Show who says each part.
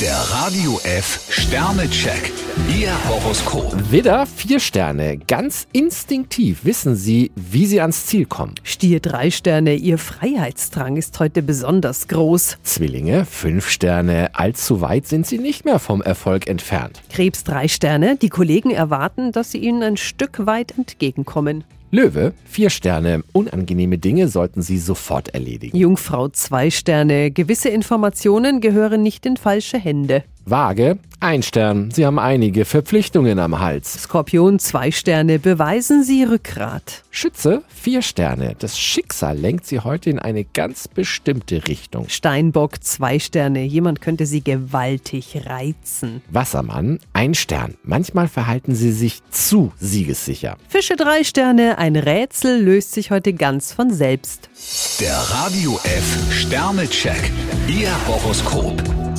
Speaker 1: Der Radio F Sternecheck. Ihr Horoskop.
Speaker 2: Widder, vier Sterne. Ganz instinktiv wissen Sie, wie Sie ans Ziel kommen.
Speaker 3: Stier drei Sterne, Ihr Freiheitsdrang ist heute besonders groß.
Speaker 2: Zwillinge, fünf Sterne. Allzu weit sind Sie nicht mehr vom Erfolg entfernt.
Speaker 3: Krebs drei Sterne, die Kollegen erwarten, dass Sie ihnen ein Stück weit entgegenkommen.
Speaker 2: Löwe, vier Sterne. Unangenehme Dinge sollten Sie sofort erledigen.
Speaker 3: Jungfrau zwei Sterne, gewisse Informationen gehören nicht in falsche Hände.
Speaker 2: Waage, ein Stern. Sie haben einige Verpflichtungen am Hals.
Speaker 3: Skorpion zwei Sterne, beweisen Sie Rückgrat.
Speaker 2: Schütze, vier Sterne. Das Schicksal lenkt Sie heute in eine ganz bestimmte Richtung.
Speaker 3: Steinbock zwei Sterne, jemand könnte Sie gewaltig reizen.
Speaker 2: Wassermann, ein Stern. Manchmal verhalten Sie sich zu siegessicher.
Speaker 3: Fische drei Sterne, ein Rätsel löst sich heute ganz von selbst.
Speaker 1: Der Radio F Sternecheck. Ihr Horoskop.